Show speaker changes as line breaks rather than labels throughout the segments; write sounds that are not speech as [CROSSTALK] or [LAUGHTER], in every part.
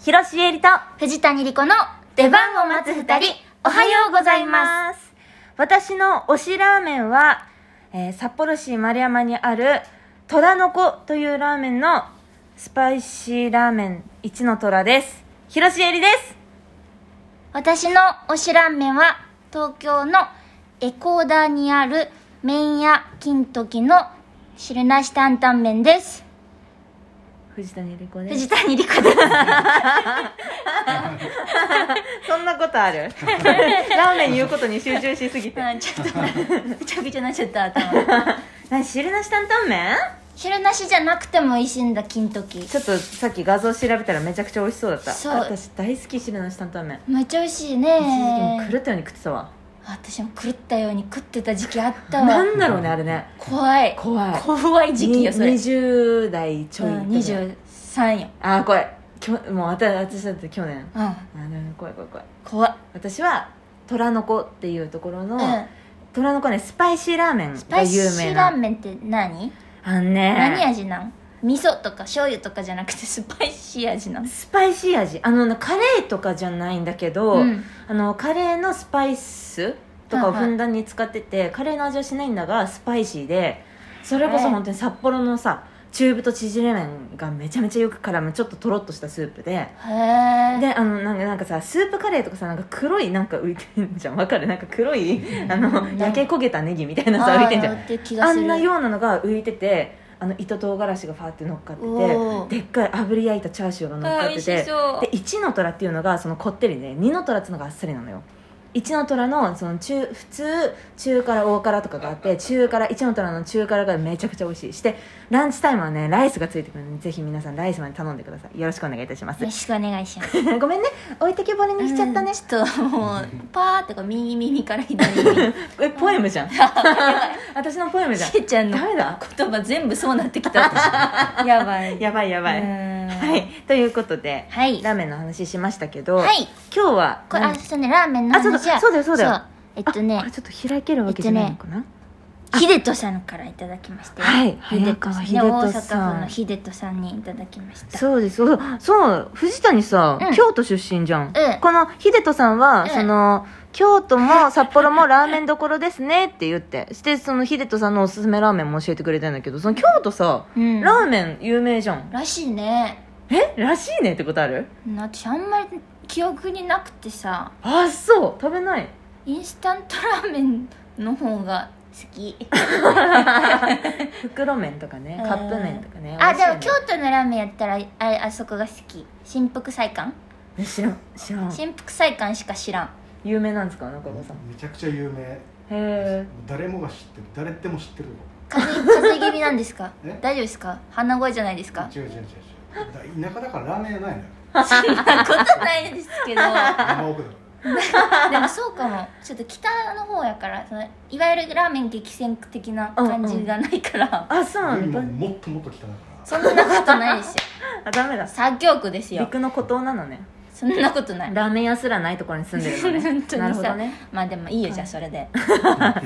広重理と。
藤谷莉子の出番を待つ二人、おはようございます
私の推しラーメンは、えー札幌市丸山にある、虎の子というラーメンのスパイシーラーメン一の虎です。広重理です。
す。私の推しラーメンは、東京のエコーダーにある麺屋金時の汁なし担々麺です。
藤谷理子で
藤
す。
谷莉子です。
そんなこと [LAUGHS] あるラーメン言うことに集中しすぎて。
うんちょっと、ぐちゃぐちゃになっちゃった頭。
[LAUGHS] 何汁なし担々麺
汁なしじゃなくても美味しいんだ、金時。
ちょっとさっき画像調べたらめちゃくちゃ美味しそうだった
そう
私大好き汁なし担々麺
めっちゃ美味しい
一時期も
ね。
狂ったように食ってたわ
私も狂ったように食ってた時期あった
な
わ。
んだろうねあれね
怖い。
怖い
怖い時期よ、それ。
20代ちょい
うん
とか
23よ。
ああ怖いきょもう私私だって去年
うん。
あの怖い怖い怖い
怖い。
私は虎の子っていうところの、
うん。
虎の子ねスパイシーラーメン
スパ
が
イシ
有
ー
名
ラー
な
メンって何、
あんね
何味なん味噌とか醤油とかじゃなくてスパイシー味
[LAUGHS]
なん
スパイシー味あのカレーとかじゃないんだけど、
うん
あのカレーのスパイスとかを
はいは
ふ
い
んだんに使ってて、カレーの味はしないんだがスパイシーでそれこ
へ
そ
え
本当に札幌のさ中太縮れ麺がめちゃめちゃよく絡むちょっととろっとしたスープで
へえ
であのなんかなんかさスープカレーとかさなんか黒いなんか浮いてんじゃんわかるなんか黒いあの
うん
焼け焦げたネギみたいなさ浮いてんじゃん
って気
あ
がする
んなようなのが浮いててあの糸唐辛子がファーって乗っかって
おー
てでっかい炙り焼いたチャーシューが乗っ
あ
か
ー
っ
美
て
味してそう
で1の虎っていうのがそのこってりで2の虎っていうのがあっさりなのよ1の虎のその中普通中辛大辛とかがあって中辛1の虎の中辛がめちゃくちゃ美味しいしてランチタイムはねライスがついてくるのでぜひ皆さんライスまで頼んでくださいよろしくお願いいたします
よろしくお願い
[LAUGHS]
します
ごめんね置いてけぼりにしちゃったね
うん、ちょっともうパーってこう右耳から左 [LAUGHS] 耳
えポエム [LAUGHS] じゃん私のポエムじゃん
けいちゃんの
ダメだ
言葉全部そうなってきた私やばい
やばいやばいは
はい
ということで
はい
ラーメンの話しましたけど、
はい
今日は
これあ
何
そうねラーメンの
あそうだ
話は
そうだよそうだよ
えっとね
あこれちょっと開けるわけじゃないのかな、
秀人さんからいただきまして
はい
秀人さんね
早
大
川秀人さん
阪府の秀人さんにいただきました
そうですそうそう藤谷さ、
うん
京都出身じゃん、
うん
この秀人さんは、
うん
その京都も札幌もラーメンどころですねって言ってしてその秀人さんのおすすめラーメンも教えてくれたんだけどその京都さ、
うん
ラーメン有名じゃん
らしいね
えらしいねってことある
私あんまり記憶になくてさ
あそう食べない
インスタントラーメンの方が好き
袋麺とかね
うん
カップ麺とかね美味
あ
しい
で
よ
も
ね
京都のラーメンやったらああそこが好き新福祭館
え知らん知らん
新福祭館しか知らん
有名なんですか中岡さんへ
めちゃくちゃ有名
え
誰もが知ってる誰でも知ってる
風邪風邪気味なんで
[LAUGHS]
すか
え
大丈夫ですか鼻声じゃないですか
の違う違う違う違うだ田舎だからラーメン屋ないのよ
そんなことないですけど
山奥だか
[LAUGHS]
でもそうかもちょっと北の方やからそのいわゆるラーメン激戦区的な感じがないから、
あそう
ら
なん
海
だ
ももっともっと北だから
そんなことないですよ
[LAUGHS] あダメだ
左京区ですよ
陸の孤島なのね
そんなことない
ラーメン屋すらないところに住んでるの
[LAUGHS] 本当に
ね
さ
なるほどね
まあでもいいよじゃあそれで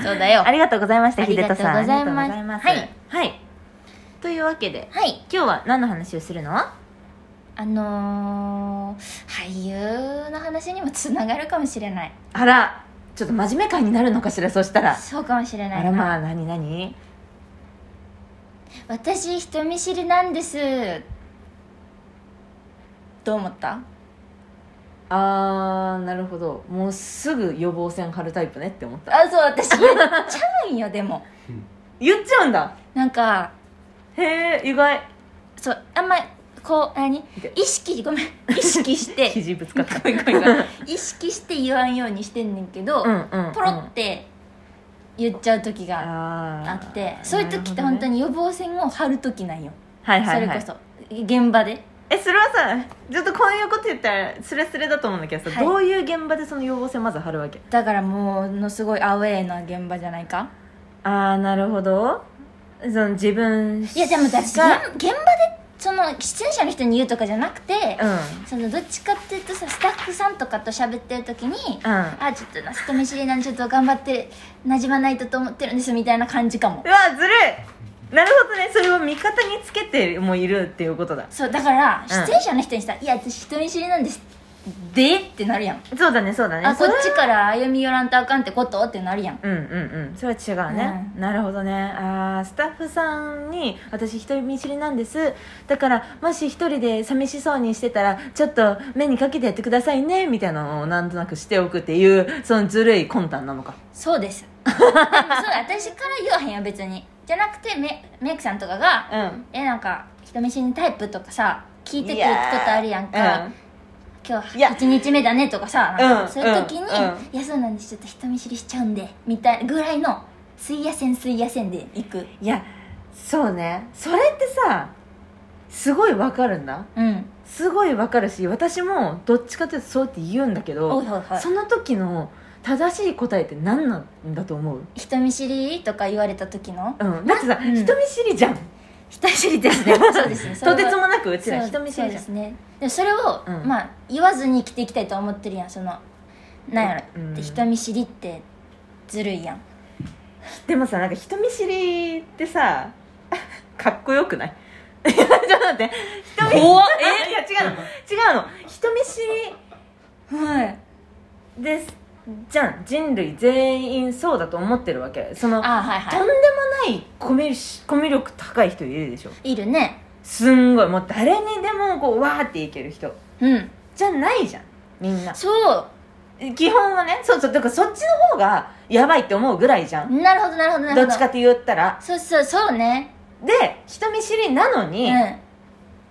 そうだよ
ありがとうございました
あり
秀
がと
人
うご
さん
ざいます
ありがとうござ
はい
はいというわけで
はい
今日は何の話をするの
あのー、俳優の話にもつながるかもしれない
あらちょっと真面目会になるのかしらそしたら
そうかもしれない
あらまあ何何
私人見知りなんですどう思った
あーなるほどもうすぐ予防線張るタイプねって思った
あそう私言っちゃうんよでも
言っちゃうんだ
なんか
へえ意外
そうあんまこう何意識ごめん意識
[LAUGHS]
して
肘ぶつかった
ごめんごめん
[LAUGHS]
ごめん意識して言わんようにしてんねんけど、
うんうんうん
ポロって言っちゃう時があ
あー
ってそういう時って本当に予防線を張る時なんよ、
はいはいはい
それこそ現場で
えそれはさちょっとこういうこと言ったらスレスレだと思うんだけどさ、
はい
どういう現場でその要望線まず張るわけ
だからものすごいアウェーな現場じゃないか
ああなるほどその自分
いやでも私現
が
現場でその出演者の人に言うとかじゃなくて、
うん
そのどっちかっていうとさスタッフさんとかと喋ってる時に、
うん
あちょっとな人見知りなんでちょっと頑張ってなじまないとと思ってるんですみたいな感じかも
うわずるいなるほどねそれを味方につけてもいるっていうことだ
そうだから
うん
出演者の人にさ「いや私人見知りなんです」でってなるやん
そうだねそうだね
あ
そ
こっ
れは
ちから歩み寄らんとあかんってことってなるやん
うんうんうんそれは違うね、なるほどねあースタッフさんに「私一人見知りなんですだからもし一人で寂しそうにしてたらちょっと目にかけてやってくださいね」みたいなのをなんとなくしておくっていうそのずるい魂胆なのか
そう [LAUGHS] ですでもそう私から言わへんよ別にじゃなくてメメイクさんとかが
うん
「えなんか人見知りのタイプ?」とかさ聞いてくることあるやん
い
か
ーうん
今日
いや
1日目だねとかさなんか
うん
そういう時に
う
「
んうん
いやそうなんですちょっと人見知りしちゃうんで」みたいなぐらいの「すいやせんすいやせん」で行く
いやそうねそれってさすごいわかるんだ
うん
すごいわかるし私もどっちかというとそうって言うんだけ
お
ど
いおいおい
その時の正しい答えって何なんだと思う
人見知りとか言われた時の
うん、だってさ、
うん
人見知りじゃん
人見知りですねそうですねそれ
と
は
てつもなくうちら
そう
人見知りじゃん
そうですねでもそれを、
うん
まあ言わずに生きていきたいと思ってるやんそのなんやろ、
うん
で人見知りってずるいやん
でもさなんか人見知りってさ [LAUGHS] かっこよくない [LAUGHS] いやちょっと待って人見
怖っ
えいや違うの違うの人見知
はい
りですじゃん人類全員そうだと思ってるわけその
あはい
とん
は
でもないコミュしコミュ力高い人いるでしょ
いいるね
すんごいもう誰にでもこうわーっていける人
うん
じゃないじゃんみんな
そう
基本はねそうそうだからそっちの方がやばいって思うぐらいじゃん
なるほどなるほどなる
ど
ほど
っちかって言ったら
そうそうそうね
で人見知りなの
う
に、
ん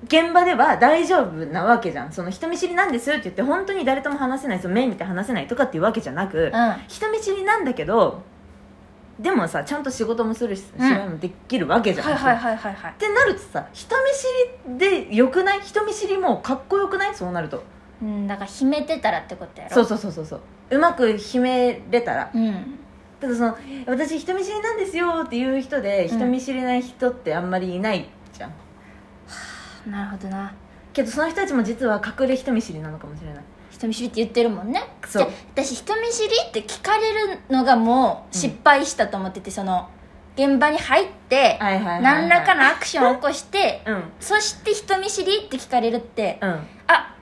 現場では大丈夫なわけじゃんその人見知りなんですって言って本当に誰とも話せないその目見て話せないとかっていうわけじゃなく、
うん
人見知りなんだけどでもさちゃんと仕事もするし
うん
芝居もできるわけじゃん、
はいはいはいはいはい
ってなるとさ人見知りでよくない人見知りもかっこよくないそうなると
うんだから秘めてたらってことやろ
そうそうそうそうそううまく秘めれたら
うん
ただその私人見知りなんですよっていう人で
うん
人見知りない人ってあんまりいないじゃん、
なるほどな
けどその人たちも実は隠れ人見知りなのかもしれない
人見知りって言ってるもんね
そう
じゃあ私人見知りって聞かれるのがもう失敗したと思ってて、その現場に入って
はいはいはい、はい、
何らかのアクションを起こして
うん
そして人見知りって聞かれるって
うん
あ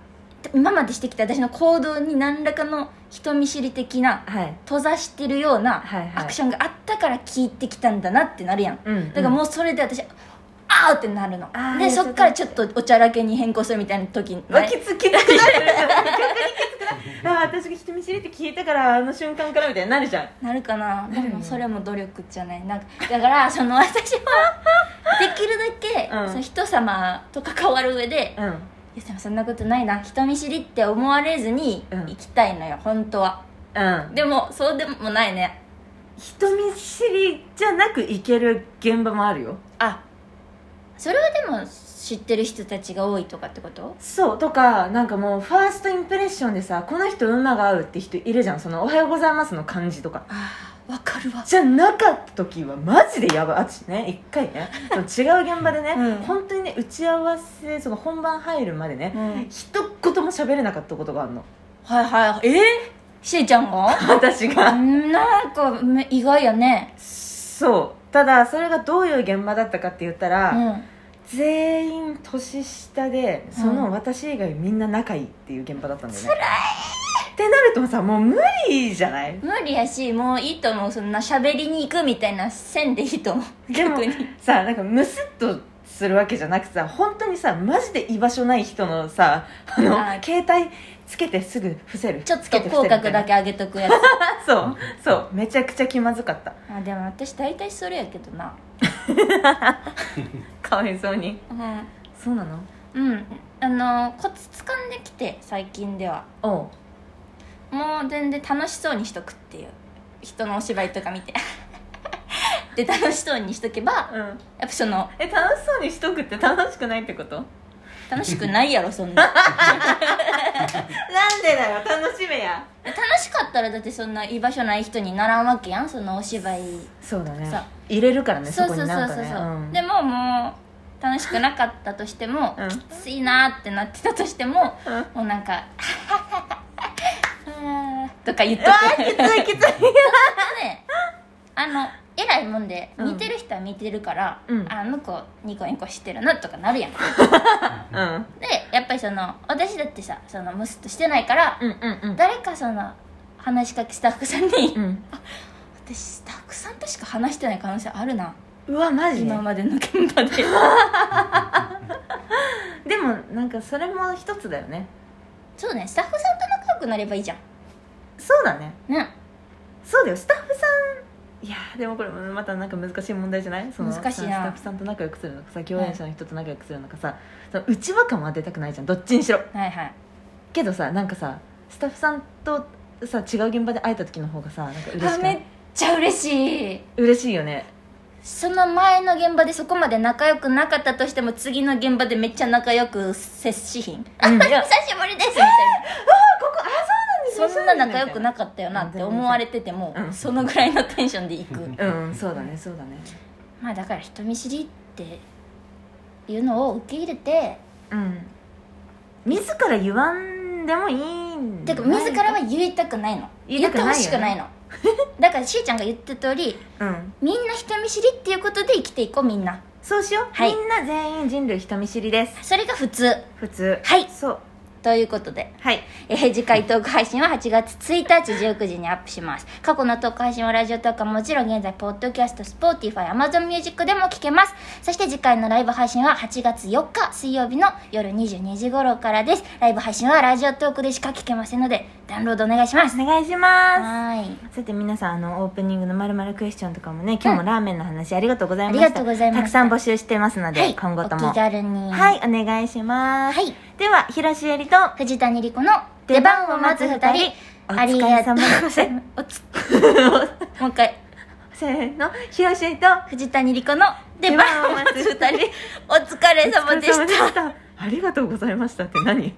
今までしてきた私の行動に何らかの人見知り的な
はい
閉ざしてるような
はいはい
アクションがあったから聞いてきたんだなってなるやん
うん
だからもうそれで私あーってなるの
あー
でそっからちょっとおちゃらけに変更するみたいな時
うんわ
ない
きつきつくなる [LAUGHS] 逆にきつくなるああ私が人見知りって聞いたからあの瞬間からみたいになるじゃん
なるかな
なるよ
でもそれも努力じゃないなんかだからそ [LAUGHS] の私はできるだけ、
うん
その人様と関わる上で、い
うん
やでもそんなことないな人見知りって思われずに
うん
行きたいのよ、本当は
うん
でもそうでもないね
人見知りじゃなくいける現場もあるよ
あそれはでも知ってる人たちが多いとかってこと
そうとかなんかもうファーストインプレッションでさこの人馬が合うって人いるじゃんその「おはようございます」の感じとか
ああわかるわ
じゃなかった時はマジでやばい私ね
[LAUGHS]
一回ねその違う現場でね、
うん
本当にね打ち合わせその本番入るまでね、
うん
一言も喋れなかったことがあるの
はいはいえー、しーちゃんが
私が
なんかめ意外やね
そうただそれがどういう現場だったかって言ったら、
うん
全員年下でその私以外みんな仲いいっていう現場だったんだよね、辛いってなるとさもう無理じゃない
無理やしもういいと思うそんな喋りに行くみたいな線でいいと思う
でも
逆に
さなんかムスッとするわけじゃなくてさ本当にさマジで居場所ない人のさあの
あー
携帯つけてすぐ伏せる
ちょっ
つ
と
けて伏
口
せるみた
角
いな
だけ上げとく [LAUGHS] やつ
そうそうめちゃくちゃ気まずかった
あでも私大体それやけどな
かわいそうに
うん、
そうなの
あのコツ掴んできて最近では
おう
もう全然楽しそうにしとくっていう人のお芝居とか見て [LAUGHS] で楽しそうにしとけばや
うん
っぱその
え楽しそうにしとくって楽しくないってこと
楽しくないやろそん [LAUGHS] な
なんでだよ楽しめや
楽しかったらだってそんな居場所ない人にならんわけやんそのお芝居
そうだね
そう
入れるからねそ
そう
こ
そう
に
そう
なん
そう
か
そう、
ねうん
でももう楽しくなかったとしても、
うん
きついなーってなってたとしても、もうなんか「あーとか言っ
う
と
わ
く
ーきついきつい
ねあの偉いもんで
うん
似てる人は似てるから、
うん
あ向こうニコニコしてるなとかなるやんで
うんうん
やっぱりその私だってさそのムスッとしてないから、
うんうん
誰かその話しかけスタッフさんに、
うん
私スタッフさんとしか話してない可能性あるな
うわマジで
今までの現場で
でもなんかそれも一つだよね
そうねスタッフさんと仲良くなればいいじゃん
そうだね
ね
そうだよスタッフさんいやーでもこれもまたなんか難しい問題じゃないその
難しいな
さスタッフさんと仲良くするのかさ共演者の人と仲良くするのかさ、その内輪感は出たくないじゃんどっちにしろ
はいはい
けどさなんかさスタッフさんとさ違う現場で会えた時の方がさなんか嬉しく
あ
な
めっ
い
ちゃ嬉しい
嬉しいよね
その前の現場でそこまで仲良くなかったとしても次の現場でめっちゃ仲良く接しひん、あ
うんい
[LAUGHS] 久し
や
ぶりですみ
[LAUGHS]
たいな
ここあそうなんです
そんな仲良くなかったよなって
うん
思われてても、
うん
そのぐらいのテンションで行く、
うん
うんそうだねそうだね
[LAUGHS] まあだから人見知りっていうのを受け入れて、
うん自ら言わんでもいいん
て
だ
か自らは言いたくないの
言いたくないよね
ってほしくないの
[LAUGHS]
だからしーちゃんが言った通り
うん
みんな人見知りっていうことで生きていこうみんな
そうしよう、
はい
みんな全員人類人見知りです
それが普通
普通
はい
そう
ということで
はい
えー次回トーク配信は8月1日19時にアップします過去のトーク配信はラジオトークはもちろん現在ポッドキャスト Spotify Amazon Music でも聞けますそして次回のライブ配信は8月4日水曜日の夜22時頃からですライブ配信はラジオトークでしか聞けませんのでダウンロードお願いします
お願いします
はい
さて皆さんあのオープニングのまるまるクエスチョンとかもね今日もラーメンの話ありがとうございました、
ありがとうございました
たくさん募集してますので、
はい
今後と
お
も
気軽に
はいお願いします、
はい
では広瀬えりと [LAUGHS]
藤谷莉子の出番を待つ2人
お
あり
疲
が
れ
とう
様でした
おつ [LAUGHS] もう一回
せーの広瀬えりと
藤谷莉子の出番を待つ2人お疲れ様でした [LAUGHS]
たありがとうございましたって何